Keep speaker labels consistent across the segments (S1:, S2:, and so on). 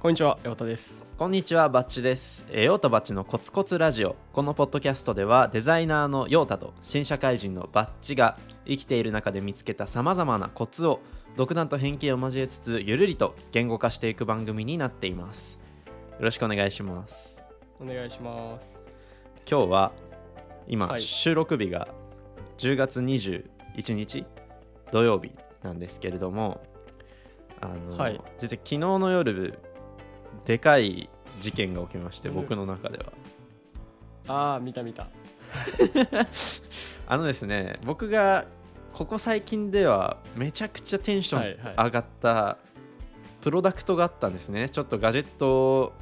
S1: こんにちは、太田です。
S2: こんにちはバッチですえーヨータバッチのコツコツラジオこのポッドキャストではデザイナーのヨータと新社会人のバッチが生きている中で見つけたさまざまなコツを独断と偏見を交えつつゆるりと言語化していく番組になっていますよろしくお願いします
S1: お願いします。
S2: 今日は今、
S1: はい
S2: 収録日が10月21日土曜日なんですけれどもあの、
S1: はい
S2: 実は昨日の夜でかい事件が起きまして
S1: うん
S2: 僕の中では
S1: ああ、見た見た。
S2: あのですね僕がここ最近ではめちゃくちゃテンショ
S1: はい
S2: ン
S1: はい
S2: 上がったプロダクトがあったんですねちょっとガジェット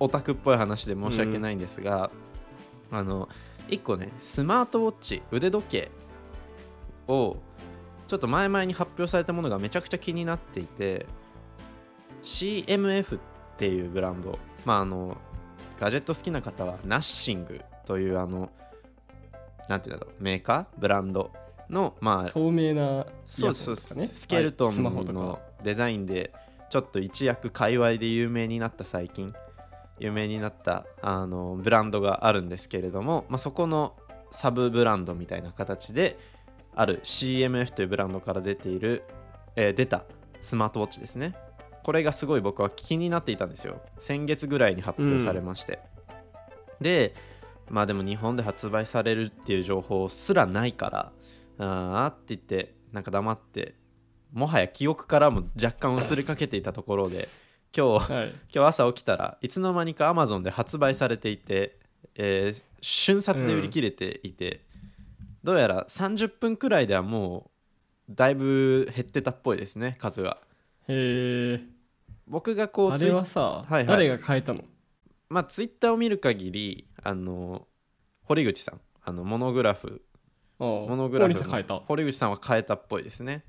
S2: オタクっぽい話で申し訳ないんですが、あの1個ねスマートウォッチ腕時計をちょっと前々に発表されたものがめちゃくちゃ気になっていて CMF っていうブランドまああのガジェット好きな方はナッシングというあのなんていうんだろうメーカーブランドのまあ
S1: 透明な、
S2: そうですそうですスケルト
S1: はいス
S2: ン
S1: マホと
S2: の
S1: か。
S2: デザインでちょっと一躍界隈で有名になった最近有名になったあのブランドがあるんですけれども、まあ、そこのサブブランドみたいな形である CMF というブランドから出ている、えー出たスマートウォッチですねこれがすごい僕は気になっていたんですよ先月ぐらいに発表されまして、でまあでも日本で発売されるっていう情報すらないからあーって言ってなんか黙ってもはや記憶からも若干薄れかけていたところで今日
S1: はい。
S2: 今日朝起きたらいつの間にか Amazon で発売されていて、えー瞬殺で売り切れていて、どうやら30分くらいではもうだいぶ減ってたっぽいですね数が
S1: へえ。
S2: 僕がこ
S1: あ
S2: うツ
S1: れ
S2: イ,、
S1: はさ、
S2: はいはい
S1: 誰が変えたの
S2: まあ、ツイッターを見る限りあの堀口さんあのモノグラフ
S1: モ
S2: モノグラフ
S1: さん変えた
S2: の。堀口さんは変えたっぽいですね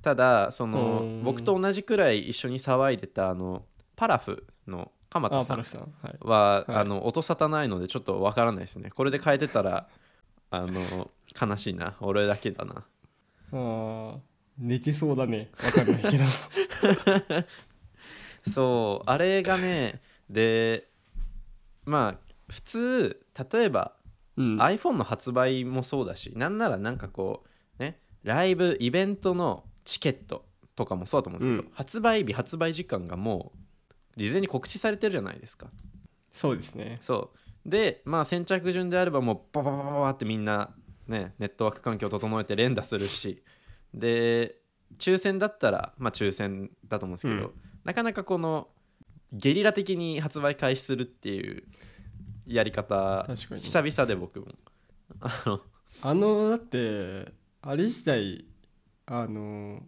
S2: ただそうの
S1: ん
S2: 僕と同じくらい一緒に騒いでたあのパラフの鎌
S1: あ
S2: 田
S1: ー、
S2: さ
S1: パ
S2: ん
S1: ルフさん。はい。
S2: は、
S1: はい
S2: あの音沙汰ないのでちょっとわからないですねこれで変えてたらあの悲しいな俺だけだな
S1: ああ、寝てそうだね。わかんないけ ど。
S2: そうあれがねでまあ普通例えば
S1: うん。
S2: iPhone の発売もそうだしなんならなんかこうねライブイベントのチケットとかもそうだと思うんですけど、
S1: う
S2: 発売日発売時間がもう事前に告知されてるじゃないですか
S1: そうですね。
S2: そうでまあ先着順であればもうババババババってみんなねネットワーク環境を整えて連打するしで抽選だったらまあ抽選だと思うんですけど、
S1: うん
S2: なかなかこのゲリラ的に発売開始するっていうやり方
S1: 確かに。
S2: 久々で僕もあの
S1: あの、だって、あれ自体、あの、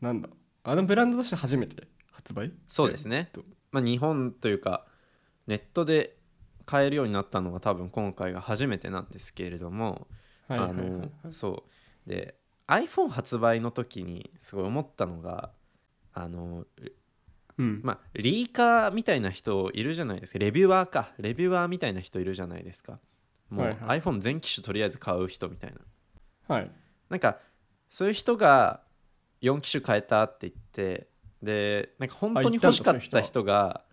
S1: なんだ、あのブランドとして初めて発売
S2: そうですね
S1: えっと、
S2: まあ、日本というかネットで買えるようになったのが多分今回が初めてなんですけれども
S1: はいはいはいはい
S2: あのそうで iPhone 発売の時にすごい思ったのがあの
S1: うん。
S2: まあリーカーみたいな人いるじゃないですかレビュアーかレビュアーみたいな人いるじゃないですかもう
S1: はいは
S2: iPhone 全機種とりあえず買う人みたいな
S1: はい。
S2: なんかそういう人が4機種変えたって言ってでなんか本当に欲しか
S1: あ
S2: っ
S1: 言ったん
S2: た
S1: だ
S2: 人が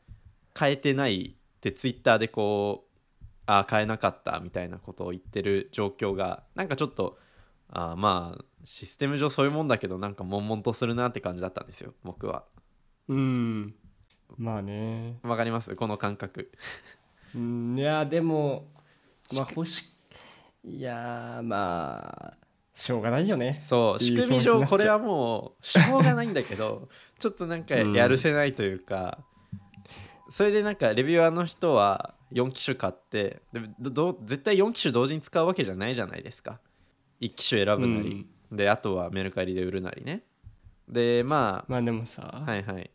S2: 変えてないってツイッターでこうあ変えなかったみたいなことを言ってる状況がなんかちょっとあまあシステム上そういうもんだけどなんか悶々とするなって感じだったんですよ僕は
S1: うん。まあね。
S2: わかりますこの感覚
S1: うんいやでもまあ欲しいやーまあしょうがないよね
S2: そう
S1: ってい
S2: 仕
S1: う
S2: 組み
S1: 気持ちに
S2: 上
S1: なっちゃう
S2: これはもうしょうがないんだ けどちょっとなんかやるせないというか、それでなんかレビュアーの人は4機種買ってでどど絶対4機種同時に使うわけじゃないじゃないですか1機種選ぶなり、であとはメルカリで売るなりねでま
S1: まあでもさ、
S2: あはいはい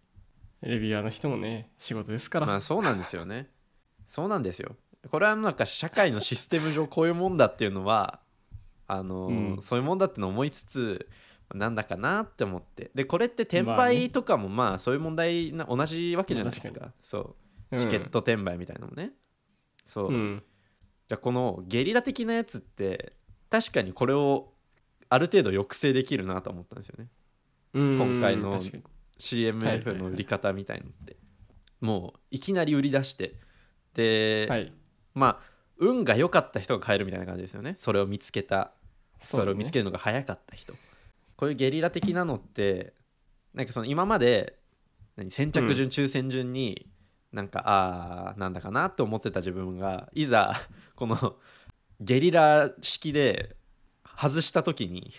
S1: レビュアーの人もね仕事ですから、
S2: まあそうなんですよねそうなんですよこれはなんか社会のシステム上こういうもんだっていうのはあのー
S1: うん
S2: そういうもんだってのを思いつつなんだかなって思ってでこれって転
S1: まあね
S2: 売とかもまあそういう問題な同じわけじゃないです
S1: まあ
S2: か,、そ
S1: うん
S2: うチケット転売みたいなのもね、そう、
S1: うん
S2: じゃあこのゲリラ的なやつって確かにこれをある程度抑制できるなと思ったんですよね
S1: うん
S2: 今回の
S1: 確かに
S2: CMF
S1: はいはい
S2: の
S1: はい
S2: 売り方みたいのって、もういきなり売り出してで、
S1: はい
S2: まあ運が良かった人が買えるみたいな感じですよねそれを見つけたそれを見つけるのが早かった人、こういうゲリラ的なのってなんかその今まで何先着順、抽選順になんかあーなんだかなと思ってた自分がいざこのゲリラ式で外した時に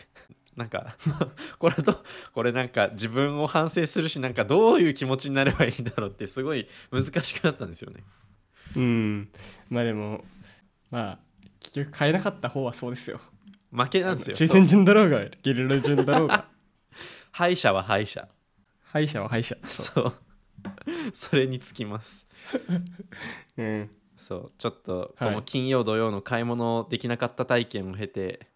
S2: なんか これどこれなんか自分を反省するしなんかどういう気持ちになればいいんだろうってすごい難しくなったんですよね。
S1: うんまあでもまあ結局買えなかった方はそうですよ
S2: 負けなんですよ。
S1: 抽選順だろうがゲリラ順だろう が
S2: 敗者は敗者。
S1: 敗者は敗者そ
S2: そう。 それにつきます。
S1: う、うん、
S2: そうちょっとこ
S1: はい
S2: の金曜土曜の買い物できなかった体験を経て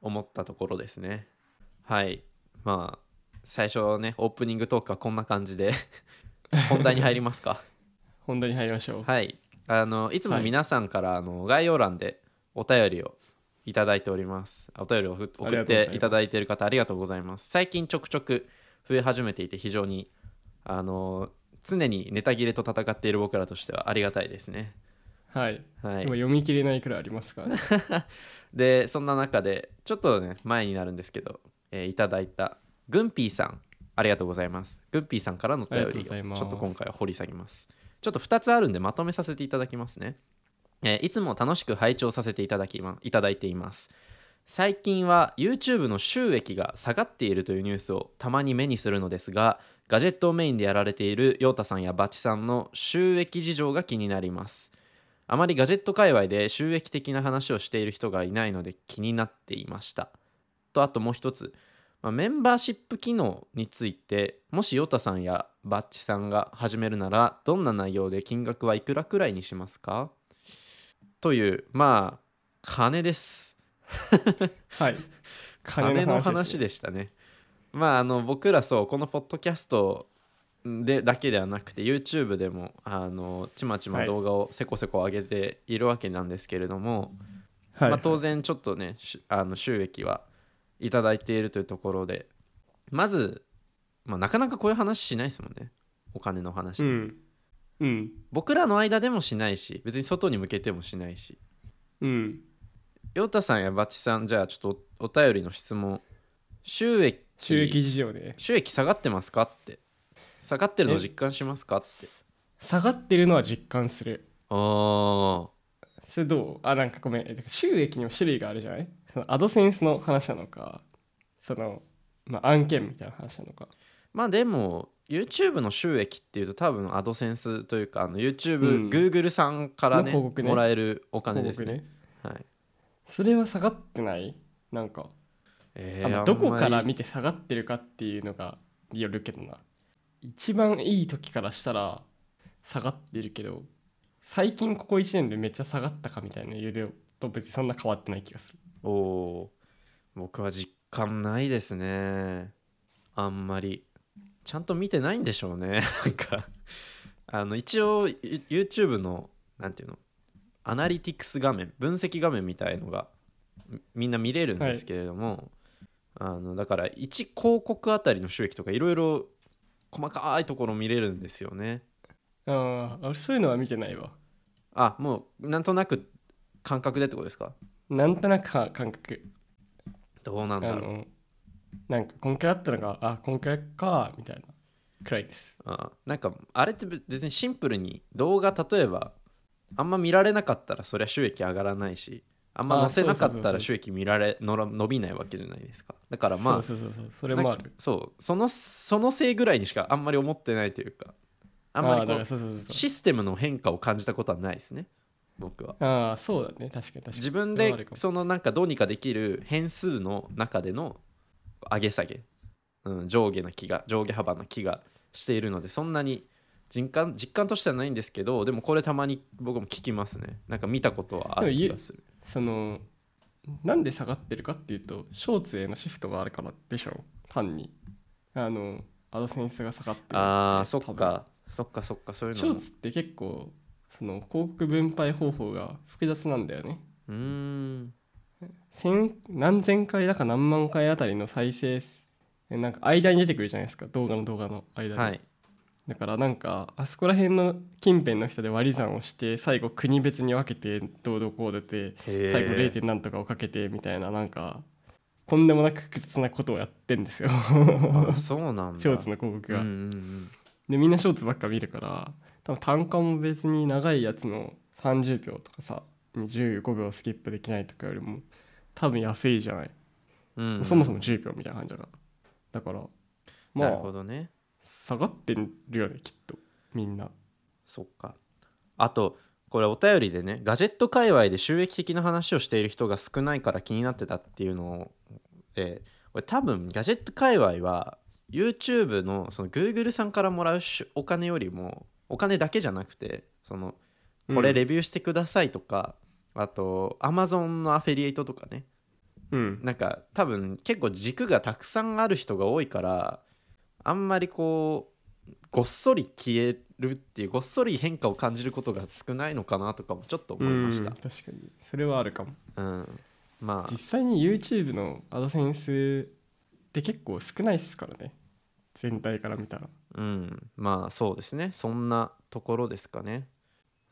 S2: 思ったところですねはいまあ最初ねオープニングトークはこんな感 じで本題に入りますか
S1: 本題に入りましょう
S2: はいあのいつも
S1: はい
S2: 皆さんからあの概要欄でお便りをいただいておりますお便りをふ
S1: あり
S2: 送っ
S1: がとうござい
S2: て
S1: ます
S2: いただいている方ありがとうございます最近ちょくちょく増え始めていて非常にあの常にネタ切れと戦っている僕らとしてはありがたいですね
S1: はい、
S2: はい
S1: 今読み切れないくらいありますからね
S2: でそんな中でちょっとね前になるんですけど、えーいただいたグンピーさんありがとうございますグンピーさんからのお
S1: あり
S2: 便
S1: がと
S2: り
S1: うござい
S2: をちょ
S1: ま
S2: っ
S1: す
S2: と今回は掘り下げますちょっと2つあるんでまとめさせていただきますね、えーいつも楽しく拝聴させていただき、ま、いただいています最近は YouTube の収益が下がっているというニュースをたまに目にするのですがガジェットをメインでやられているヨータさんやバチさんの収益事情が気になりますあまりガジェット界隈で収益的な話をしている人がいないので気になっていました。とあともう一つ、まあメンバーシップ機能についてもしヨタさんやバッチさんが始めるならどんな内容で金額はいくらくらいにしますかというまあ金です。
S1: はい
S2: 金の
S1: で
S2: 話
S1: すね
S2: でしたね。まああの僕らそうこのポッドキャストでだけではなくて YouTube でもあのちまちま
S1: はい
S2: 動画をせこせこ上げているわけなんですけれども、
S1: はい
S2: まあ、当然ちょっとねしあの収益はいただいているというところでまず、まあ、なかなかこういう話しないですもんねお金の話、
S1: うんうん
S2: 僕らの間でもしないし別に外に向けてもしないし
S1: うん
S2: 陽太さんやバチさんじゃあちょっとおお便りの質問収益
S1: 収益事情ね
S2: 収益下がってますかって下がってるの実感しますかって
S1: 下がってるのは実感する
S2: あー
S1: それどうあなんかごめんえてか収益にも種類があるじゃないそのアドセンスの話なのかその、まあ、案件みたいな話なのか
S2: まあでも YouTube の収益っていうと多分アドセンスというかあの YouTube、
S1: うん
S2: Google さんからね
S1: の広告ね
S2: もらえるお金です
S1: 広
S2: ね
S1: 告ね
S2: はい
S1: それは下がってないなんか、
S2: え
S1: あ
S2: ー
S1: のどこから
S2: あんまり
S1: 見て下がってるかっていうのがよるけどな一番いい時からしたら下がってるけど最近ここ1年でめっちゃ下がったかみたいな言うでと別にそんな変わってない気がする
S2: おおー僕は実感ないですねあんまりちゃんと見てないんでしょうね なんかあの一応ユ YouTube のなんていうのアナリティクス画面分析画面みたいのがみみんな見れるんですけれども、あのだから1広告あたりの収益とかいろいろ細かいところ見れるんですよね
S1: あーあそういうのは見てないわ
S2: あもうなんとなく感覚でってことですか
S1: なんとなくか感覚
S2: どうなんだ
S1: あ
S2: ろう
S1: のなんかこんくらいあったのがあこんくらいかみたいなくらいです
S2: あなんかあれって別別にシンプルに動画例えばあんま見られなかったらそりゃ収益上がらないしあんま
S1: あ
S2: 載せなか
S1: そうそ
S2: っ
S1: うそ
S2: た
S1: うそ
S2: ら
S1: う
S2: 収益見られのら伸びないわけじゃないですかだからまあ
S1: そうそうそうそうそれもあ
S2: なん
S1: る
S2: かそうそのそのせいぐらいにしかあんまり思ってないというかあんま
S1: ー
S2: りこ
S1: だから
S2: う
S1: そうそうそうそう
S2: システムの変化を感じたことはないですね僕は
S1: ああそうだね確かに確かに
S2: 自分
S1: それはある
S2: で
S1: かも
S2: そのなんかどうにかできる変数の中での上げ下げ、うん、上下な気が上下幅な気がしているのでそんなに実感実感としてはないんですけどでもこれたまに僕も聞きますねなんか見たことはある気がする
S1: そのなんで下がってるかっていうとショーツへのシフトがあるからでしょ単にあのアドセンスが下がってるって
S2: あーそっ
S1: 多分
S2: かそっかそっかそういう
S1: ショ
S2: の
S1: ー
S2: も
S1: ツって結構その広告分配方法が複雑なんだよね
S2: うーん
S1: 千何千回だか何万回あたりの再生すなんか間に出てくるじゃないですか動画の動画の間に、
S2: はい
S1: だからなんかあそこら辺の近辺の人で割り算をして最後国別に分けてどうどうこう出て最後 0.
S2: へー
S1: 点なんとかをかけてみたいななんかとんでもなく複雑なことをやってんですよ
S2: あそうなんだ
S1: ショーツの広告が。
S2: うんうんうん
S1: でみんなショーツばっか見るから多分単価も別に長いやつの30秒とかさ15秒スキップできないとかよりも多分安いじゃない、
S2: うんうん
S1: そもそも10秒みたいな感じだからだからま
S2: なるほ
S1: あ
S2: どね
S1: 下がってるよねきっとみんな
S2: そっかあとこれお便りでねガジェット界隈で収益的な話をしている人が少ないから気になってたっていうのを、えー、俺多分ガジェット界隈は YouTube のその Google さんからもらうしお金よりもお金だけじゃなくてそのこれレビューしてくださいとか、あと Amazon のアフィリエイトとかね
S1: うん
S2: なんか多分結構軸がたくさんある人が多いからあんまりこうごっそり消えるっていうごっそり変化を感じることが少ないのかなとかもちょっと思いまし
S1: うん
S2: た
S1: 確かにそれはあるかも
S2: うん、まあ
S1: 実際に YouTube のアドセンスって結構少ないっすからね全体から見たら、
S2: うんまあそうですねそんなところですかね、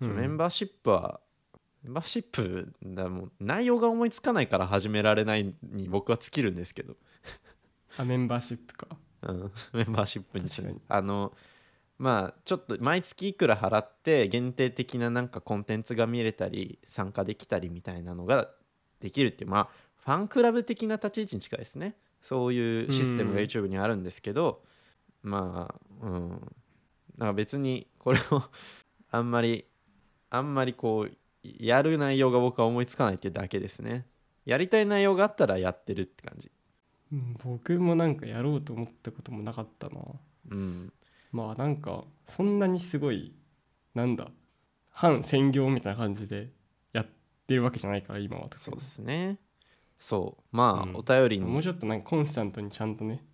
S1: うん
S2: メンバーシップはメンバーシップだもう内容が思いつかないから始められないに僕は尽きるんですけど
S1: あメンバーシップか
S2: うん、 メンバーシップにしない
S1: 確
S2: あのまあちょっと毎月いくら払って限定的ななんかコンテンツが見れたり参加できたりみたいなのができるっていうまあファンクラブ的な立ち位置に近いですねそういうシステムが
S1: うん
S2: YouTube にあるんですけど、まあうんなんか別にこれを あんまりあんまりこうやる内容が僕は思いつかないっていうだけですねやりたい内容があったらやってるって感じ
S1: うん僕もなんかやろうと思ったこともなかったな
S2: うん
S1: まあなんかそんなにすごいなんだ反専業みたいな感じでやってるわけじゃないから今は
S2: そう
S1: 特
S2: で
S1: に
S2: すね。そう。まあ、
S1: うん
S2: お便り
S1: もう
S2: に。
S1: ちょっとなんかコンスタントにちゃんとね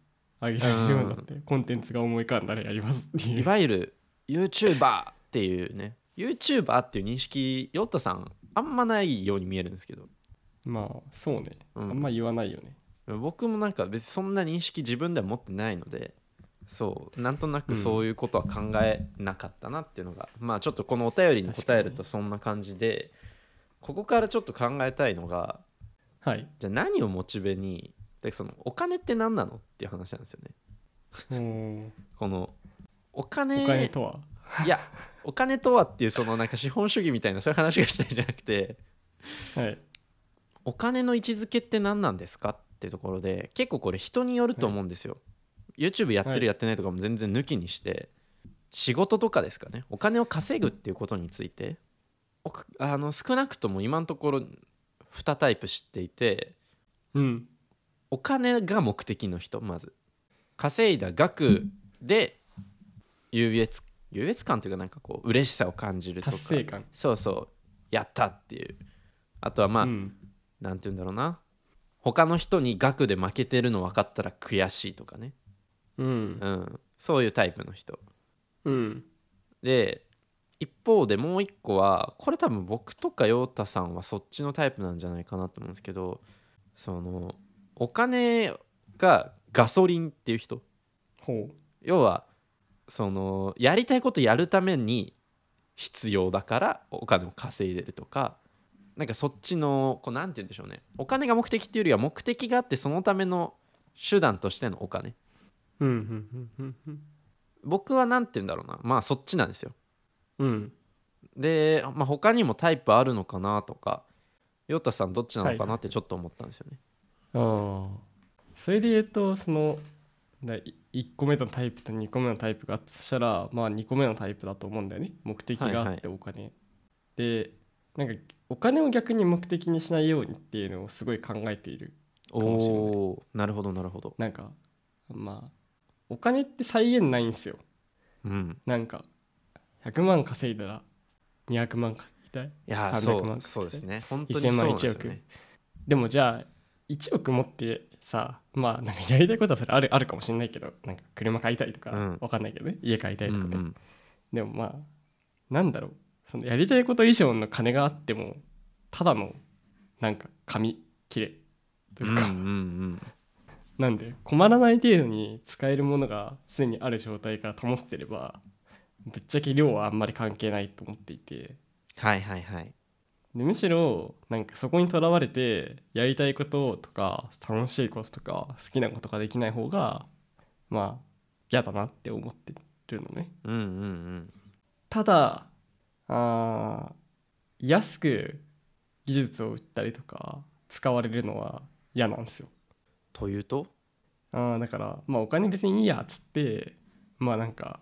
S1: あげられるようになってコンテンツが思い浮かんだらやりますってい
S2: いうわゆる YouTuber っていうね。YouTuber っていう認識、ヨッタさん、あんまないように見えるんですけど。
S1: まあそうねあ
S2: うん
S1: んま言わないよね
S2: 僕もなんか別にそんな認識自分では持ってないので、そう。なんとなくそういうことは考えなかったなっていうのが、まあちょっとこのお便りに答えるとそんな感じで、ここからちょっと考えたいのが、
S1: はい
S2: じゃあ何をモチベに、でそのお金って何なのっていう話なんですよね。
S1: おー
S2: このお
S1: お金とは、
S2: いやお金とはっていうそのなんか資本主義みたいなそういう話がしたいんじゃなくて
S1: はい
S2: お金の位置づけって何なんですかってところで結構これ人によると思うんですよ、YouTube やって
S1: は
S2: る
S1: い
S2: やってないとかも全然抜きにして、仕事とかですかねお金を稼ぐっていうことについておくあの少なくとも今のところ2タイプ知っていて
S1: うん
S2: お金が目的の人まず稼いだ額で優越優越感というかなんかこう嬉しさを感じるとか
S1: 達成感
S2: そうそうやったっていうあとはまあ、
S1: うん
S2: なんて言うんだろうな他の人に額で負けてるの分かったら悔しいとかね、
S1: うん
S2: うん、そういうタイプの人
S1: うん
S2: で一方でもう一個はこれ多分僕とか陽太さんはそっちのタイプなんじゃないかなと思うんですけどそのお金がガソリンっていう人
S1: ほう
S2: 要はそのやりたいことやるために必要だからお金を稼いでるとかなんかそっちのこうなんて言うんでしょうねお金が目的っていうよりは目的があってそのための手段としてのお金
S1: うんうんうんうん
S2: 僕はなんて言うんだろうなまあそっちなんですよ
S1: うんうん
S2: で、まあ、他にもタイプあるのかなとかヨタさんどっちなのかなってちょっと思ったんですよね、
S1: ああそれで言うとその1個目のタイプと2個目のタイプがあったとしたらまあ2個目のタイプだと思うんだよね目的があってお金、でなんかお金を逆に目的にしないようにっていうのをすごい考えているかもしれない
S2: おおーなるほどなるほど
S1: なんかまあお金って際限ないんですよ
S2: うん
S1: なんか100万稼いだら200万稼ぎたい
S2: いやー
S1: 300
S2: そ
S1: 万か
S2: うそうですね本当にそ
S1: 1000
S2: う
S1: 万
S2: なんです
S1: 1
S2: よ
S1: 億、
S2: ね
S1: でもじゃあ1億持ってさまあなんかやりたいことはそれあるあるかもしれないけどなんか車買いたいとか、
S2: うん
S1: わかんないけどね家買いたいとかね、
S2: うんうん
S1: でもまあなんだろうそのやりたいこと以上の金があってもただのなんか紙切れと
S2: う
S1: い
S2: ん
S1: う
S2: うんう
S1: か、
S2: ん
S1: なんで困らない程度に使えるものが常にある状態から保ってればぶっちゃけ量はあんまり関係ないと思っていて
S2: はいはいはい
S1: でむしろなんかそこにとらわれてやりたいこととか楽しいこととか好きなことができない方がまあ嫌だなって思ってるのね
S2: うんうんうん
S1: ただあー安く技術を売ったりとか使われるのは嫌なんですよ
S2: というと
S1: あーだからまあお金別にいいやっつってまあなんか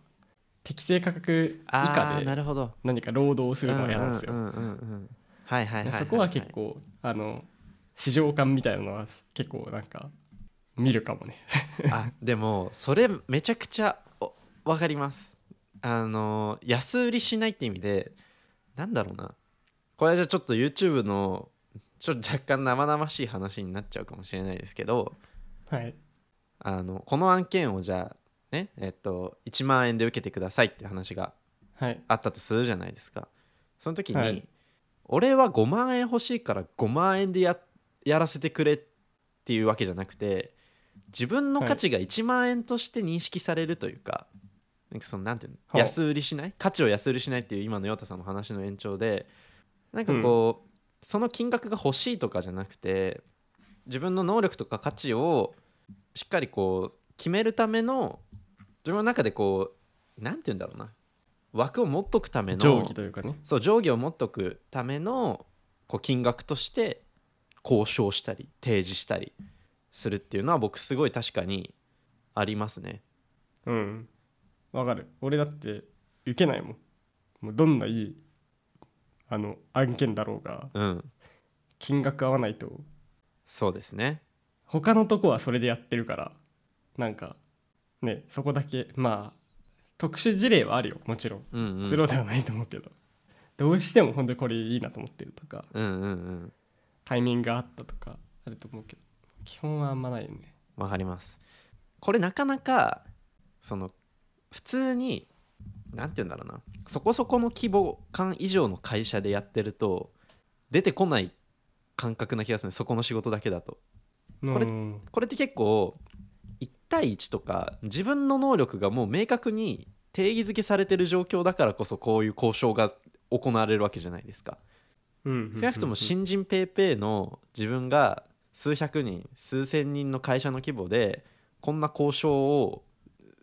S1: 適正価格以
S2: あ
S1: 下
S2: ーな
S1: で
S2: るほど
S1: 何か労働をするのは嫌なんですよ
S2: ううんうんうんはいはいはいはいはい
S1: そこは結構あの市場感みたいなのは結構なんか見るかもね
S2: あでもそれめちゃくちゃおわかりますあの安売りしないって意味でなんだろうなこれはじゃあちょっと YouTube のちょっと若干生々しい話になっちゃうかもしれないですけど
S1: はい
S2: あのこの案件をじゃあねえっと1万円で受けてくださいって話が
S1: はい
S2: あったとするじゃないですかその時に、
S1: はい
S2: 俺は5万円欲しいから5万円でややらせてくれっていうわけじゃなくて自分の価値が1万円として認識されるというか、なんかそのなんていう
S1: ほ
S2: の
S1: う
S2: 安売りしない価値を安売りしないっていう今のヨタさんの話の延長でなんかこう、その金額が欲しいとかじゃなくて自分の能力とか価値をしっかりこう決めるための自分の中でこうなんて言うんだろうな枠を持っとくための
S1: 定規というかね
S2: そう上下を持っとくためのこう金額として交渉したり提示したりするっていうのは僕すごい確かにありますね
S1: うんわかる俺だって受けないもんもうどんないいあの案件だろうが
S2: うん
S1: 金額合わないと
S2: そうですね
S1: 他のとこはそれでやってるからなんかねそこだけまあ特殊事例はあるよもちろん
S2: うんうん
S1: ゼロではないと思うけど、どうしても本当にこれいいなと思ってるとか
S2: うんうんうん
S1: タイミングがあったとかあると思うけど基本はあんまないよね
S2: わかりますこれなかなかその普通になんて言うんだろうなそこそこの規模感以上の会社でやってると出てこない感覚な気がするねそこの仕事だけだとこれ
S1: うん
S2: これって結構1対1とか自分の能力がもう明確に定義づけされてる状況だからこそこういう交渉が行われるわけじゃないですか
S1: うん
S2: 少なくとも
S1: し
S2: 新人ペーペーの自分が数百人数千人の会社の規模でこんな交渉を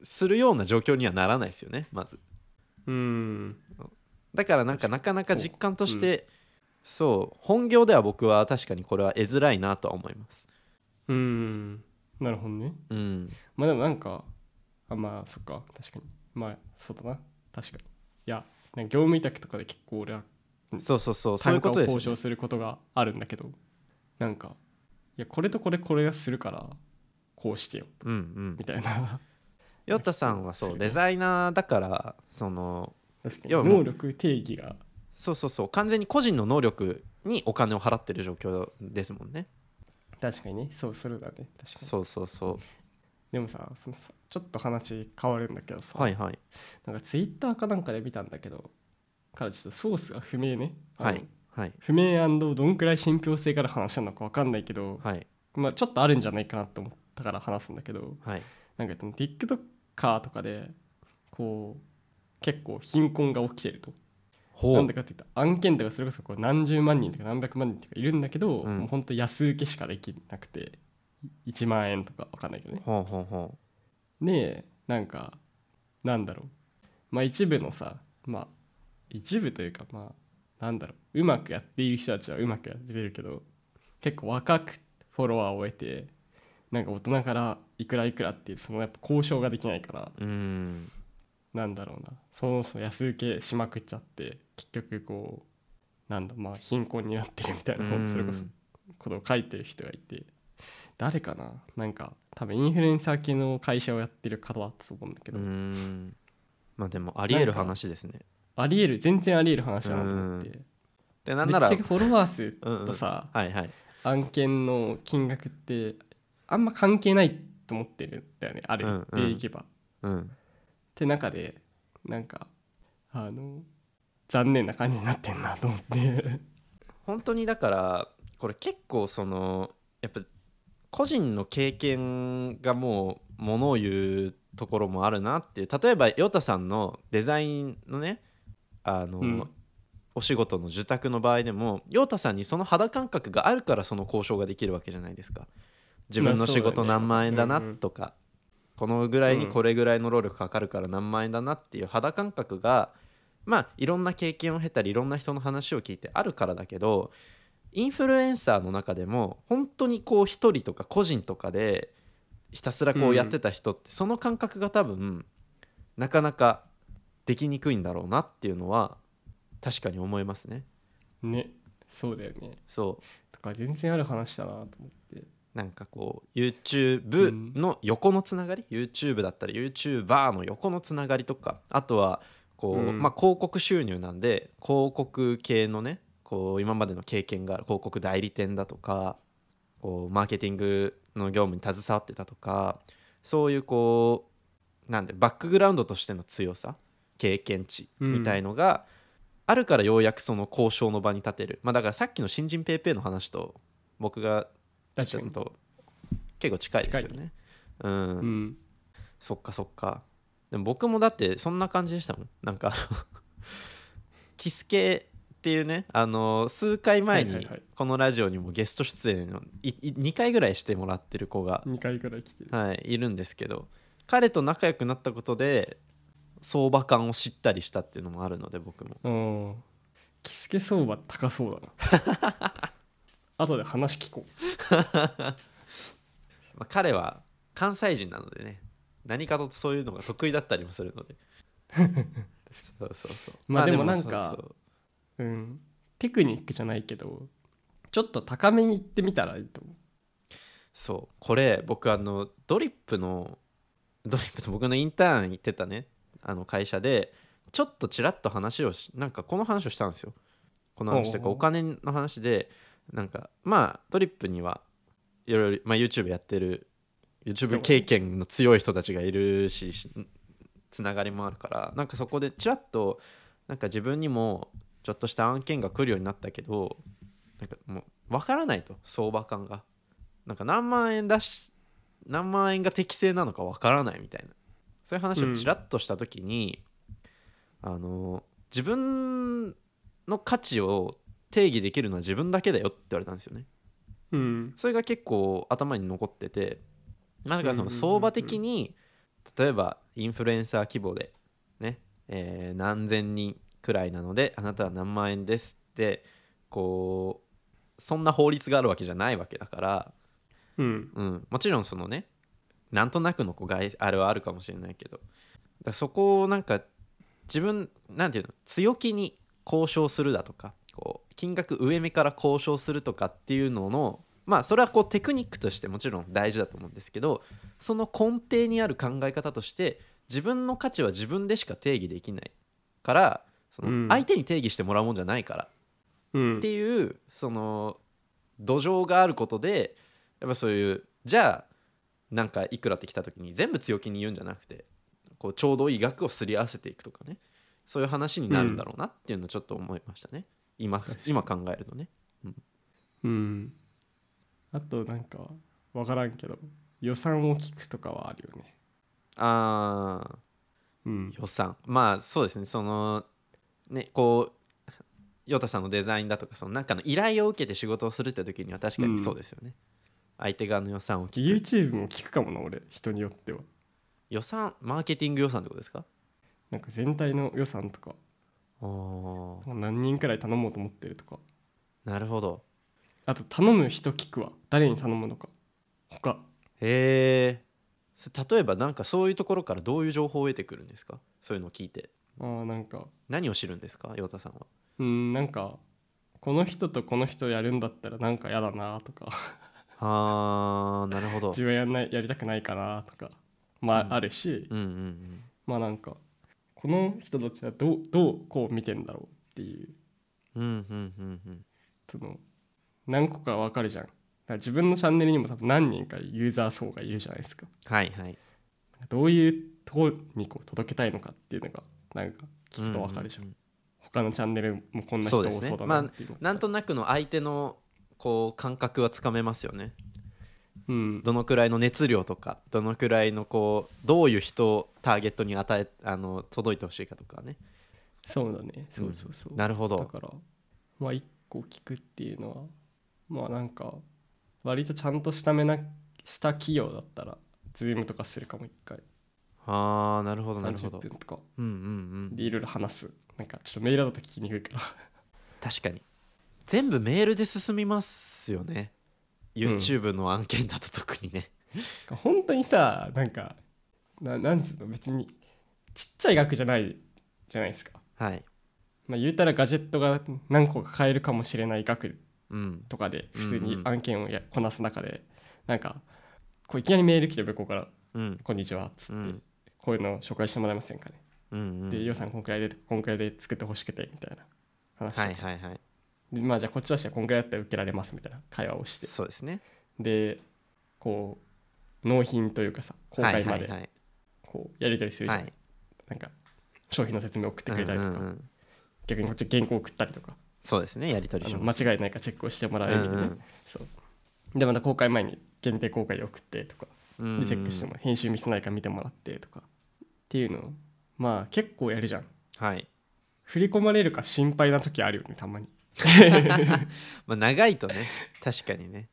S2: するような状況にはならないですよねまず
S1: うん
S2: だからなんかなかなか実感としてそう本業では僕は確かにこれは得づらいなとは思います
S1: うんなるほどね
S2: うん
S1: まあでもなんかあまあそっか確かにまあそうだな確かにいやなんか業務委託とかで結構俺は
S2: そうそうそうそうい
S1: 単
S2: う
S1: 価
S2: こ
S1: を
S2: とです
S1: 交
S2: よね
S1: 渉することがあるんだけどなんかいやこれとこれこれがするからこうしてよ
S2: うんうん
S1: みたい な
S2: ヨッタさんはそ
S1: そうね
S2: うデザイナーだからその
S1: 確かに
S2: いやもう
S1: 能力定義が
S2: そうそうそう完全に個人の能力にお金を払ってる状況ですもんね
S1: 確かにねそうそれだね確かに
S2: そうそうそ
S1: でもさそのさちょっと話変わるんだけどさ、
S2: うはいはい
S1: なんかツイッターかなんかで見たんだけどからちょっとソースが不明ね、あの
S2: はいはい
S1: 不明どんくらい信憑性から話したのか分かんないけど、
S2: はい
S1: まあ、ちょっとあるんじゃないかなと思ったから話すんだけど
S2: はい
S1: なんか TikToker とかでこう結構貧困が起きてると
S2: ほ
S1: なん
S2: う
S1: でかっていうと案件とかそれこそこう何十万人とか何百万人とかいるんだけど、
S2: うん
S1: もうほんと安請けしかできなくて1万円とか分かんないけどね
S2: ほうほうほ
S1: でなんかなんだろうまあ一部のさまあ一部というかまあなんだろううまくやっている人たちはうまくやってるけど結構若くフォロワーを得てなんか大人からいくらいくらっていうそのやっぱ交渉ができないから
S2: ううーん
S1: なんだろうなそもそも安請けしまくっちゃって結局こうなんだまあ貧困になってるみたいうな
S2: ーん
S1: それこそことを書いてる人がいて誰かななんか多分インフルエンサー系の会社をやってる方だったと思うんだけ
S2: うー
S1: ど、
S2: んまあでもありえる話ですね
S1: ありえる全然ありえる話だなと思って
S2: でな
S1: なん
S2: なら
S1: ぶっちゃけフォロワー数
S2: うんうん
S1: とさ、
S2: はいはい
S1: 案件の金額ってあんま関係ないと思ってるんだよねあれ
S2: うんうん
S1: でいけば。っ
S2: うん
S1: て中でなんかあの残念な感じになってんなと思って
S2: 本当にだからこれ結構そのやっぱ個人の経験がもうものを言うところもあるなっていう例えばヨタさんのデザインのねあ の、
S1: うん
S2: お仕事の受託の場合でもヨタさんにその肌感覚があるからその交渉ができるわけじゃないですか自分
S1: ま
S2: の
S1: あそう
S2: 仕
S1: だね
S2: 事何万円だな
S1: うんうん
S2: とか、このぐらいに
S1: うん
S2: これぐらいの労力かかるから何万円だなっていう肌感覚がまあいろんな経験を経たりいろんな人の話を聞いてあるからだけどインフルエンサーの中でも本当にこう一人とか個人とかでひたすらこうやってた人ってその感覚が多分なかなかできにくいんだろうなっていうのは確かに思いますね。
S1: ねそうだよね
S2: そう
S1: とか全然ある話だなと思って
S2: なんかこう YouTube の横のつながり、YouTube だったり YouTuber の横のつながりとかあとはこう、
S1: うん
S2: まあ、広告収入なんで広告系のねこう今までの経験がある広告代理店だとかこうマーケティングの業務に携わってたとかそういうこうなんでバックグラウンドとしての強さ経験値みたいのが、あるからようやくその交渉の場に立てる、まあ、だからさっきの新人ペイペイの話と僕が
S1: 確か
S2: ちょっ
S1: に
S2: と結構近いですよねうん、
S1: うん
S2: そっかそっかでも僕もだってそんな感じでしたもんなんか キスケっていうねあの数回
S1: は
S2: 前
S1: い
S2: に
S1: はいはい
S2: このラジオにもゲスト出演の2回ぐらいしてもらってる子が、
S1: 2回くらい来てる
S2: はい、いるんですけど彼と仲良くなったことで相場感を知ったりしたっていうのもあるので僕も
S1: うんキスケ相場高そうだな 後で話聞こう
S2: まあ、彼は関西人なのでね何かとそういうのが得意だったりもするの でそうそうそう
S1: まあでも
S2: で
S1: なんか
S2: そう
S1: う
S2: そう
S1: ん、テクニックじゃないけどちょっと高めに行ってみたらいいと思
S2: そうこれ僕あのドリップのドリップの僕のインターン行ってたねあの会社でちょっとちらっと話をしなんかこの話をしたんですよこの話というか
S1: おうおう
S2: お金の話でなんかまあドリップにはいろいろ、まあ、YouTube やってる YouTube 経験の強い人たちがいるししつながりもあるからなんかそこでちらっとなんか自分にもちょっとした案件が来るようになったけどなんかもう分からないと相場感がなんか何万円だし何万円が適正なのか分からないみたいなそういう話をちらっとした時に、あの自分の価値を定義できるのは自分だけだよって言われたんですよね
S1: ううん
S2: それが結構頭に残っててまあだからそ
S1: う
S2: の
S1: んうんうんうん
S2: 相場的に例えばインフルエンサー規模でね、えー何千人くらいなのであなたは何万円ですってこうそんな法律があるわけじゃないわけだから、
S1: うん
S2: うん、もちろんそのねなんとなくのこう外あれはあるかもしれないけどだからそこをなんか自分なんていうの強気に交渉するだとかこう金額上目から交渉するとかっていうののまあそれはこうテクニックとしてもちろん大事だと思うんですけどその根底にある考え方として自分の価値は自分でしか定義できないからそ
S1: うん
S2: の相手に定義してもらうもんじゃないから
S1: うん
S2: っていうその土壌があることでやっぱそういうじゃあなんかいくらって来た時に全部強気に言うんじゃなくてこうちょうどいい額をすり合わせていくとかねそういう話になるんだろうなっていうのをちょっと思いましたね、今
S1: 確かに
S2: 今考えるとね
S1: うんあとなんか分からんけど予算を聞くとかはあるよね
S2: ああ
S1: うん
S2: 予算まあそうですねそのねこうヨタさんのデザインだとかそのなんかの依頼を受けて仕事をするって時には確かにそうですよね、相手側の予算を聞く
S1: YouTube も聞くかもな俺人によっては
S2: 予算マーケティング予算ってことですか
S1: なんか全体の予算とか
S2: あー
S1: 何人くらい頼もうと思ってるとか
S2: なるほど
S1: あと頼む人聞くわ誰に頼むのか他
S2: へえそ例えばなんかそういうところからどういう情報を得てくるんですかそういうのを聞いて
S1: あーなんか
S2: 何を知るんですか陽太さんは
S1: うんなんかこの人とこの人やるんだったらなんか嫌だなとか
S2: あーなるほ ど
S1: 自分やんないやりたくないかなとかまあ、
S2: うん
S1: あるし
S2: うんうんうん
S1: まあなんかこの人たちはどうどうこう見てんだろうっていう
S2: うんうんうんうん
S1: その何個か分かるじゃんだから自分のチャンネルにも多分何人かユーザー層がいるじゃないですか
S2: はいはい
S1: どういうとこにこう届けたいのかっていうのがなんか聞くと分かるじゃん、
S2: ううう
S1: 他のチャンネルもこんな人
S2: そう
S1: 多
S2: ですね
S1: そうだなっていうのが
S2: なんとなくの相手のこう感覚はつかめますよね
S1: うん
S2: どのくらいの熱量とかどのくらいのこうどういう人をターゲットに与えあの届いてほしいかとかね
S1: そうだねそうそうそう、
S2: なるほ
S1: だ
S2: ど
S1: からまあ一個聞くっていうのはまあなんか割とちゃんとしためなした企業だったらズームとかするかも一回
S2: あーなるほどなるほ
S1: 30
S2: ど
S1: 分とか
S2: うんうんうん
S1: でいろいろ話すなんかちょっとメールだと聞きにくいから
S2: 確かに全部メールで進みますよね YouTube の案件だと特にね、
S1: 本当にさなんかななんつうの別にちっちゃい額じゃないじゃないですか、
S2: はい
S1: まあ、言うたらガジェットが何個か買えるかもしれない額
S2: うん
S1: とかで
S2: うんうん
S1: 普通に案件をやこなす中でなんかこういきなりメール来て向こうから
S2: うん
S1: 「こんにちは」っつって、
S2: うん
S1: こういうの紹介してもらえませんかね、
S2: うんうん
S1: で予算こんくらいでこんくらいで作ってほしくてみたいな話とか
S2: はいはいはい
S1: でまあじゃあこっちとしてはこんくらいだったら受けられますみたいな会話をして
S2: そうですね
S1: でこう納品というかさ公開ま
S2: はい
S1: で
S2: はいはい
S1: こうやり取りするじゃん、
S2: はい
S1: なんか商品の説明送ってくれたりとか、
S2: うんうんうん
S1: 逆にこっち原稿送ったりとか
S2: そうですねやり取り
S1: あ
S2: し
S1: の
S2: ます
S1: 間違いないかチェックをしてもらうようにね、
S2: うんうん
S1: そうでまた公開前に限定公開で送ってとか
S2: うんうん
S1: でチェックしても編集ミスないか見てもらってとかっていうのをまあ結構やるじゃん
S2: はい
S1: 振り込まれるか心配な時あるよねたまに
S2: まあ長いとね確かにね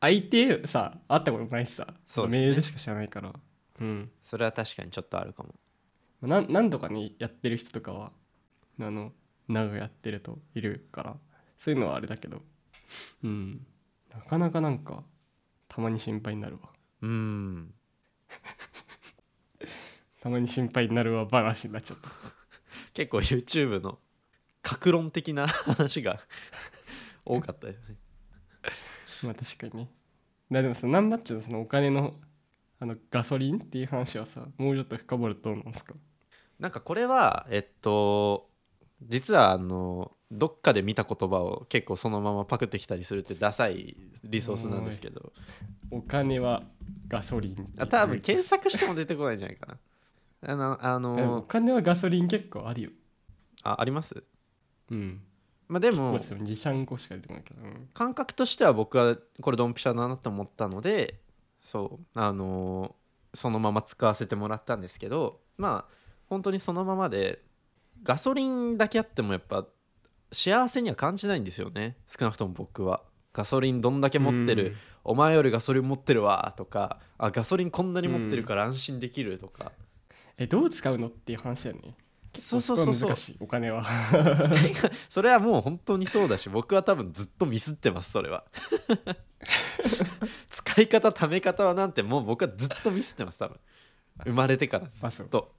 S1: 相手さ会ったことないしさ、
S2: そうですね
S1: メールでしか知らないからうん
S2: それは確かにちょっとあるかも
S1: な何度かにやってる人とかはあの長くやってるといるからそういうのはあれだけどうんなかなかなんかたまに心配になるわ
S2: うん
S1: たまに心配になるわ話になっちゃった
S2: 結構 YouTube の格論的な話が 多かったよね
S1: まあ確かにねだでもそのナンバッチのそのお金のあのガソリンっていう話はさもうちょっと深掘るとどうなんですか
S2: なんかこれはえっと実はあのどっかで見た言葉を結構そのままパクってきたりするってダサいリソースなんですけど
S1: お金はガソリンっていう
S2: あ多分検索しても出てこないんじゃないかなあのあ
S1: でもお
S2: の
S1: 金はガソリン結構あるよ
S2: ああります
S1: うん
S2: まあで
S1: もう
S2: も
S1: 23個しか出てこないけど、うん
S2: 感覚としては僕はこれドンピシャだなと思ったのでそうあのーそのまま使わせてもらったんですけどまあ本当にそのままでガソリンだけあってもやっぱ幸せには感じないんですよね少なくとも僕はガソリンどんだけ持ってる、
S1: うん
S2: お前よりガソリン持ってるわとかあガソリンこんなに持ってるから安心できるとか、
S1: えどう使うのっていう話だよね
S2: そうそうそう
S1: こ
S2: そ
S1: は
S2: う
S1: 難しいお金は
S2: それはもう本当にそうだし僕は多分ずっとミスってますそれは 使い方貯め方はなんてもう僕はずっとミスってます多分生まれてからず
S1: あ
S2: っ
S1: そう
S2: と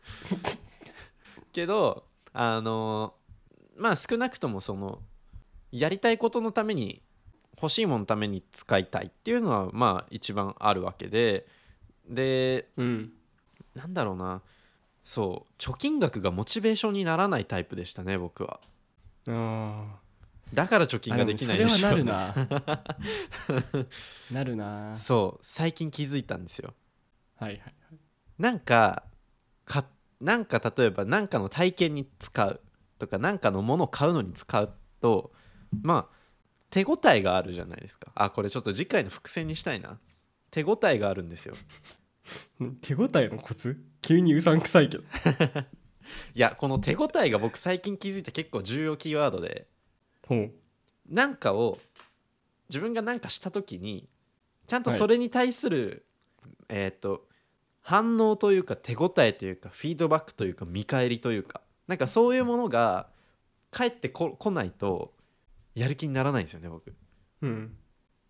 S2: けどあのまあ少なくともそのやりたいことのために欲しいもののために使いたいっていうのはまあ一番あるわけでで
S1: うん
S2: なんだろうなそう貯金額がモチベーションにならないタイプでしたね僕は
S1: あ
S2: だから貯
S1: ー
S2: 金
S1: あ
S2: ができな
S1: で
S2: いで
S1: もそ
S2: し
S1: れ
S2: ょ
S1: はなるな なるなは
S2: そう最近気づいたんですよ
S1: いはい
S2: なんかかなんか例えば何かの体験に使うとか何かのものを買うのに使うとまあ手応えがあるじゃないですかあこれちょっと次回の伏線にしたいな手応えがあるんですよ
S1: ん手応えのコツ急にうさんくさいけど
S2: いやこの手応えが僕最近気づいた結構重要キーワードで
S1: ほう
S2: なんかを自分が何かした時にちゃんとそれに対する、えーっと反応というか手応えというかフィードバックというか見返りというかなんかそういうものが返ってこ来ないとやる気にならないんですよね僕
S1: うん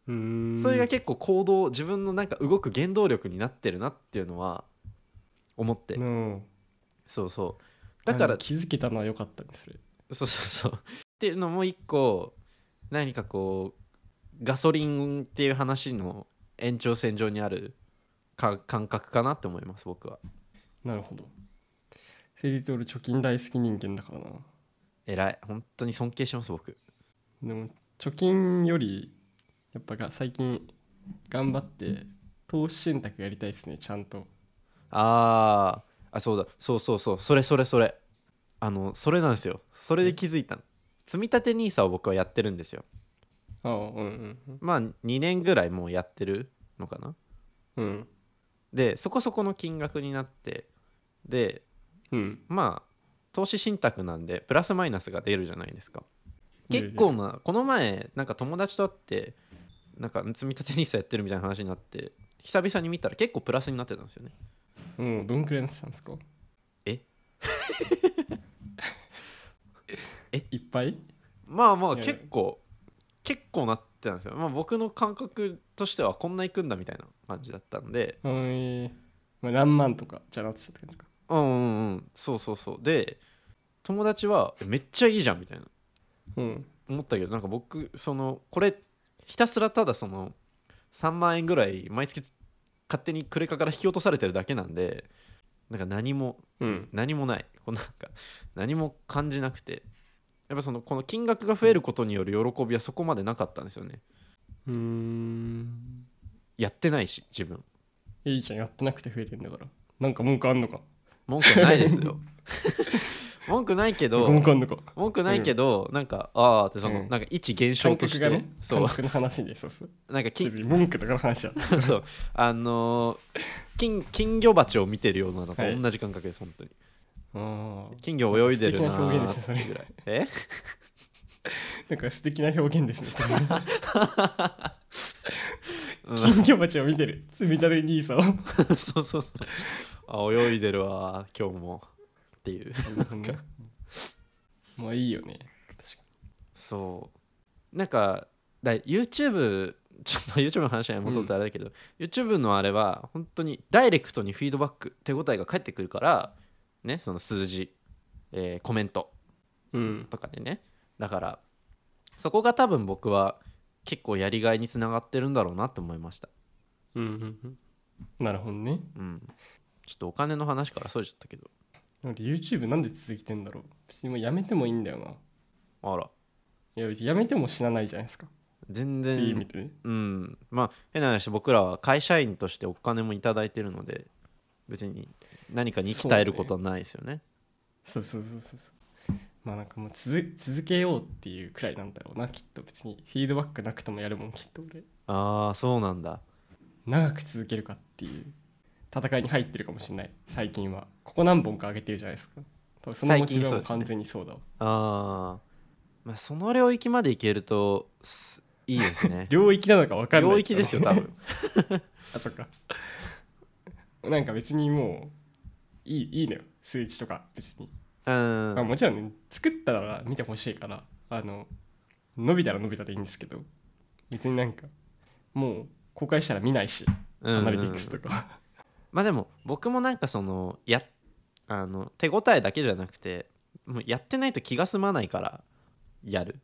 S1: うーん
S2: それが結構行動自分のなんか動く原動力になってるなっていうのは思って、
S1: うん
S2: そうそうだか
S1: あの
S2: ら
S1: 気づけたのは良かったねそれ
S2: そうそうそう。っていうのも一個何かこうガソリンっていう話の延長線上にあるか感覚かなって思います僕は。
S1: なるほどそれで言うと俺貯金大好き人間だからな
S2: 偉い本当に尊敬します僕。
S1: でも貯金よりやっぱが最近頑張って投資信託やりたいですねちゃんと
S2: あーあそうだそうそうそうそれそれそれあのそれなんですよそれで気づいたの積立 NISA を僕はやってるんですよ
S1: ああうんうん
S2: まあ2年ぐらいもうやってるのかな
S1: うん
S2: でそこそこの金額になってで
S1: うん
S2: まあ投資信託なんでプラスマイナスが出るじゃないですか
S1: 出る
S2: 結構なこの前なんか友達と会ってなんか積み立て NISA やってるみたいな話になって久々に見たら結構プラスになってたんですよね
S1: もうどんくらいになってたんですか
S2: ええ
S1: いっぱい
S2: まあまあ
S1: いや
S2: 結構結構なってたんですよまあ僕の感覚としてはこんな行くんだみたいな感じだったんで
S1: うんえーまあ、何万とかじゃなってたって感じか
S2: うんうんうんそうそうそうで友達はめっちゃいいじゃんみたいな
S1: うん
S2: 思ったけどなんか僕そのこれひたすらただその3万円ぐらい毎月勝手にクレカから引き落とされてるだけなんでなんか何も
S1: うん
S2: 何もないこうなんか何も感じなくてやっぱそのこの金額が増えることによる喜びはそこまでなかったんですよね
S1: うーん
S2: やってないし自分
S1: いいじゃんやってなくて増えてんだからなんか文句あんのか
S2: 文句ないです よ文句ないけ
S1: なんか文
S2: ど
S1: 句あんのか
S2: 文句ないけど、なんかああってその、
S1: うん
S2: なんか一減少
S1: 感
S2: とし
S1: 覚
S2: て、
S1: がね
S2: そ
S1: 感
S2: う
S1: 覚の話でそうそう
S2: なんか金
S1: 別に文句とかの話は
S2: そう あのー金金魚鉢を見てるようなのと
S1: はい
S2: 同じ感覚です、本当に
S1: ああ
S2: 金魚泳いでるな
S1: 素敵な表現で
S2: ーっ
S1: す
S2: て
S1: ね
S2: ぐらいえ
S1: なんか素敵な表現ですね それ
S2: うん
S1: 金魚鉢を見てる積み立て兄さんを
S2: そうそうそうあ泳いでるわー今日もっていう
S1: まあいいよね確か
S2: そうなんかだ YouTube ちょっと YouTube の話に戻ってあれだけど、YouTube のあれは本当にダイレクトにフィードバック手応えが返ってくるからねその数字、えーコメント
S1: にうん
S2: とかでねだからそこが多分僕は結構やりがいにつながってるんだろうなって思いました
S1: うんうんうんなるほどね
S2: うんちょっとお金の話からそれちゃったけど
S1: なんで YouTube なんで続いてんだろう別にもうやめてもいいんだよな
S2: あら
S1: いや別にやめても死なないじゃないですか、
S2: 全
S1: っていう意
S2: 然
S1: 味でね
S2: うんまあ変な話僕らは会社員としてお金もいただいてるので別に何かに鍛えることはないですよね
S1: そうそうそうそうそうまあなんかもう続続けようっていうくらいなんだろうなきっと別にフィードバックなくともやるもんきっと俺
S2: ああそうなんだ
S1: 長く続けるかっていう戦いに入ってるかもしれない最近はここ何本か上げてるじゃないですか多分そのモチベ
S2: 最近そう
S1: は
S2: ですね
S1: 完全にそうだわ
S2: あー、まあその領域までいけるとすいいですね
S1: 領域なのか分かんない
S2: 領域ですよ多分
S1: あそっかなんか別にもういいいいのよ数値とか別に、
S2: うん
S1: まあ、もちろんね作ったら見てほしいからあの伸びたら伸びたでいいんですけど別になんかもう公開したら見ないし
S2: う ん
S1: アナリティクスとか
S2: まあでも僕もなんかそのやあの手応えだけじゃなくてもうやってないと気が済まないからやる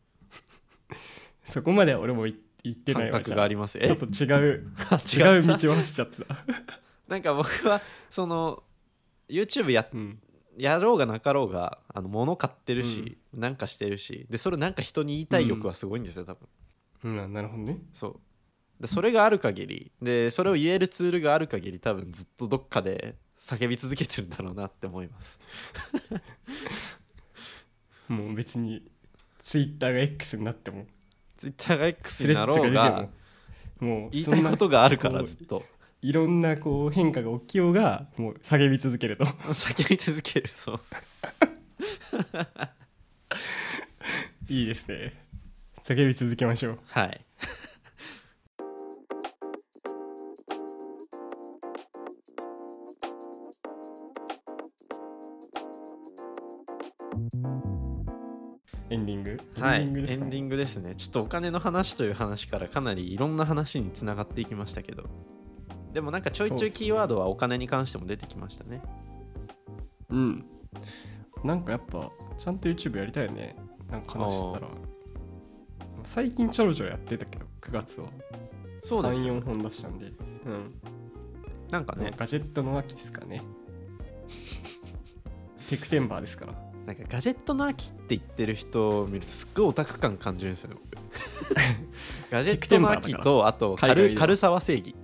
S1: そこまでは俺もい言ってな
S2: 感
S1: いわ
S2: 覚
S1: じ
S2: が
S1: ゃ
S2: あ
S1: あ
S2: ります
S1: ちょ
S2: え
S1: っと違う
S2: 違
S1: 違う
S2: う
S1: 道を走っちゃってた
S2: なんか僕はその YouTube や
S1: うん
S2: やろうがなかろうがあの物買ってるし、なんかしてるしでそれなんか人に言いたい欲はすごいんですよ多分
S1: うん、なるほどね。
S2: そうでそれがある限りでそれを言えるツールがある限り多分ずっとどっかで叫び続けてるんだろうなって思います
S1: もう別に、ツイッターが X になっても、
S2: Twitter が X
S1: スレ
S2: に
S1: ッ
S2: な
S1: ズが
S2: ろ
S1: 出
S2: う
S1: て
S2: が
S1: も、もう、
S2: 言いたいこと
S1: そんな
S2: があるか
S1: こ
S2: ら
S1: う
S2: ずっと
S1: いろんなこう変化が起きようが、もう叫び続けると。
S2: 叫び続けるそう
S1: いいですね。叫び続けましょう。
S2: はい
S1: エンディング。
S2: はいエ
S1: エンディングですか
S2: ンディングですねちょっとお金の話という話からかなりいろんな話につながっていきましたけどでもなんかちょい
S1: そう
S2: ちょ
S1: で
S2: い
S1: すね
S2: キーワードはお金に関しても出てきましたね
S1: うん。なんかやっぱ、ちゃんと YouTube やりたいよね。なんか話してたら。最近ちょろちょろやってたけど、9月は。
S2: そうです
S1: 3、
S2: よ
S1: 4本出したんで。うん。
S2: なんかね
S1: ガジェットの秋です からね。テクテンバーですから。
S2: なんかガジェットの秋って言ってる人を見るとすっごいオタク感感じるんですよね 僕ガジェットの秋とあと
S1: 海外
S2: 軽
S1: の
S2: 軽沢正義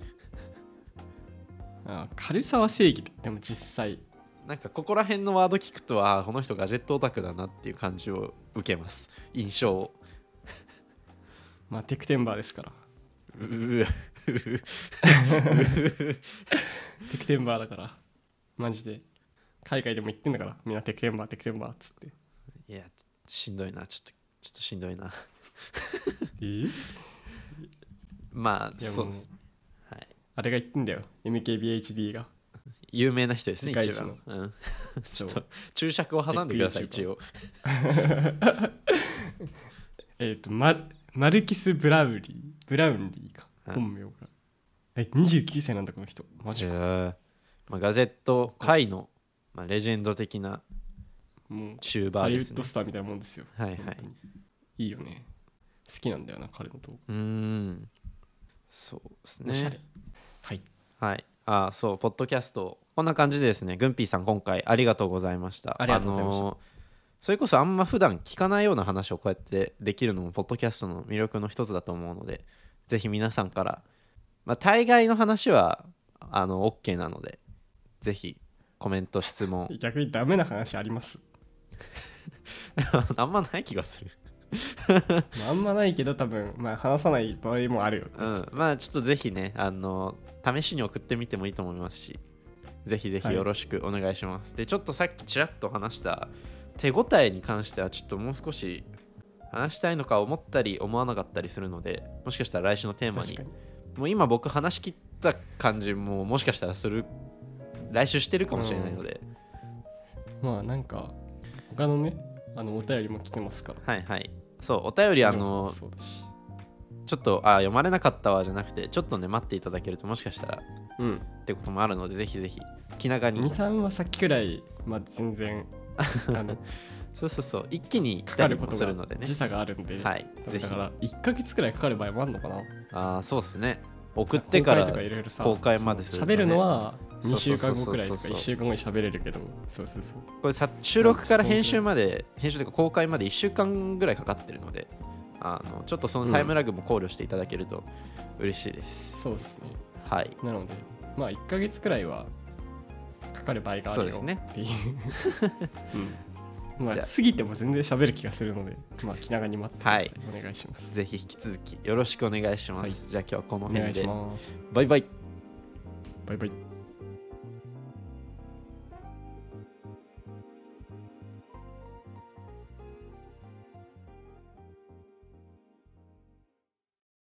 S1: ああ軽さは正義ででも実際
S2: なんかここら辺のワード聞くとあーこの人ガジェットオタクだなっていう感じを受けます印象を
S1: まあテクテンバーですから
S2: ううう
S1: テクテンバーだからマジで海外でも言ってんだからみんなテクテンバーテクテンバーっつって
S2: いやしんどいなちょっとちょっとしんどいな
S1: え
S2: まあ
S1: いや
S2: そう
S1: もう
S2: ですはい
S1: あれが言ってんだよ MKBHD が
S2: 有名な人ですね
S1: 世界
S2: 一
S1: 一の
S2: 番、うんちょっ
S1: そう
S2: と注釈を挟んでください
S1: テック
S2: 一応
S1: えっ、とマルマルキス・ブラウリーブラウンリーか
S2: はい
S1: 本名がえ29歳なんだこの人マジ
S2: へ
S1: か
S2: えまあ、ガジェット界の、まあ、レジェンド的な
S1: もう
S2: チューバ
S1: ハ
S2: ー
S1: リウ
S2: です
S1: ッ
S2: ね
S1: ドスターみたいなもんですよ
S2: はいは
S1: 本
S2: い
S1: 当にいいよね好きなんだよな彼の動
S2: うーんそうです
S1: 画おしゃれ
S2: ね
S1: はい
S2: はいあそうポッドキャストこんな感じでですねグンピーさん今回ありがとうございました
S1: ありがとうございました
S2: のーそれこそあんま普段聞かないような話をこうやってできるのもポッドキャストの魅力の一つだと思うのでぜひ皆さんから、まあ、大概の話はあの OK なのでぜひコメント質問
S1: 逆にダメな話あります、
S2: あんまない気がする
S1: まあ、あんまないけど多分まあ話さない場合もあるよ、
S2: うん、まあちょっとぜひねあの試しに送ってみてもいいと思いますしぜひぜひ
S1: はい
S2: よろしくお願いします、でちょっとさっきちらっと話した手応えに関してはちょっともう少し話したいのか思ったり思わなかったりするのでもしかしたら来週のテーマ
S1: 確
S2: に
S1: かに
S2: もう今僕話し切った感じももしかしたらする来週してるかもしれないので、
S1: まあなんか他のねあのお便りも来てますから
S2: はいはいそうお便りあ
S1: メール
S2: の
S1: もそうだし
S2: ちょっとあ読まれなかったわじゃなくてちょっとね待っていただけるともしかしたらっ
S1: うん
S2: てこともあるのでぜひぜひ気長に
S1: 23はさっきくらい、まあ、全 然あの
S2: そうそうそう一気に来
S1: か
S2: た
S1: か
S2: り
S1: るこ
S2: も
S1: と
S2: するので
S1: が
S2: ね
S1: 時差があるんで、
S2: はいぜひ
S1: だから1ヶ月くらいかかる場合もあるのかな
S2: ああそうですね送ってから
S1: 公開とかいろいろさ
S2: 公開までする
S1: そ
S2: と
S1: う
S2: ね
S1: 喋るのは
S2: そう
S1: 2
S2: そう
S1: 週
S2: そう
S1: 間
S2: そう
S1: 後くらいとか
S2: そうそうそう
S1: 1週間後に喋れるけどそうそうそう
S2: これさ収録から編集まで編集というか公開まで1週間ぐらいかかってるのであのちょっとそのタイムラグも考慮していただけると嬉しいです、
S1: そうですね
S2: はい
S1: なのでまあ1ヶ月くらいはかかる場合があるよ
S2: そうですね
S1: っていううん まあ
S2: じゃあ
S1: 過ぎても全然喋る気がするのでまあ気長に待ってくださ
S2: はい
S1: い、お願いします
S2: ぜひ引き続きよろしくお願いします、
S1: はい
S2: じゃあ今日はこの
S1: お願
S2: 辺
S1: いし
S2: で
S1: ます
S2: バイバイ
S1: バイバイ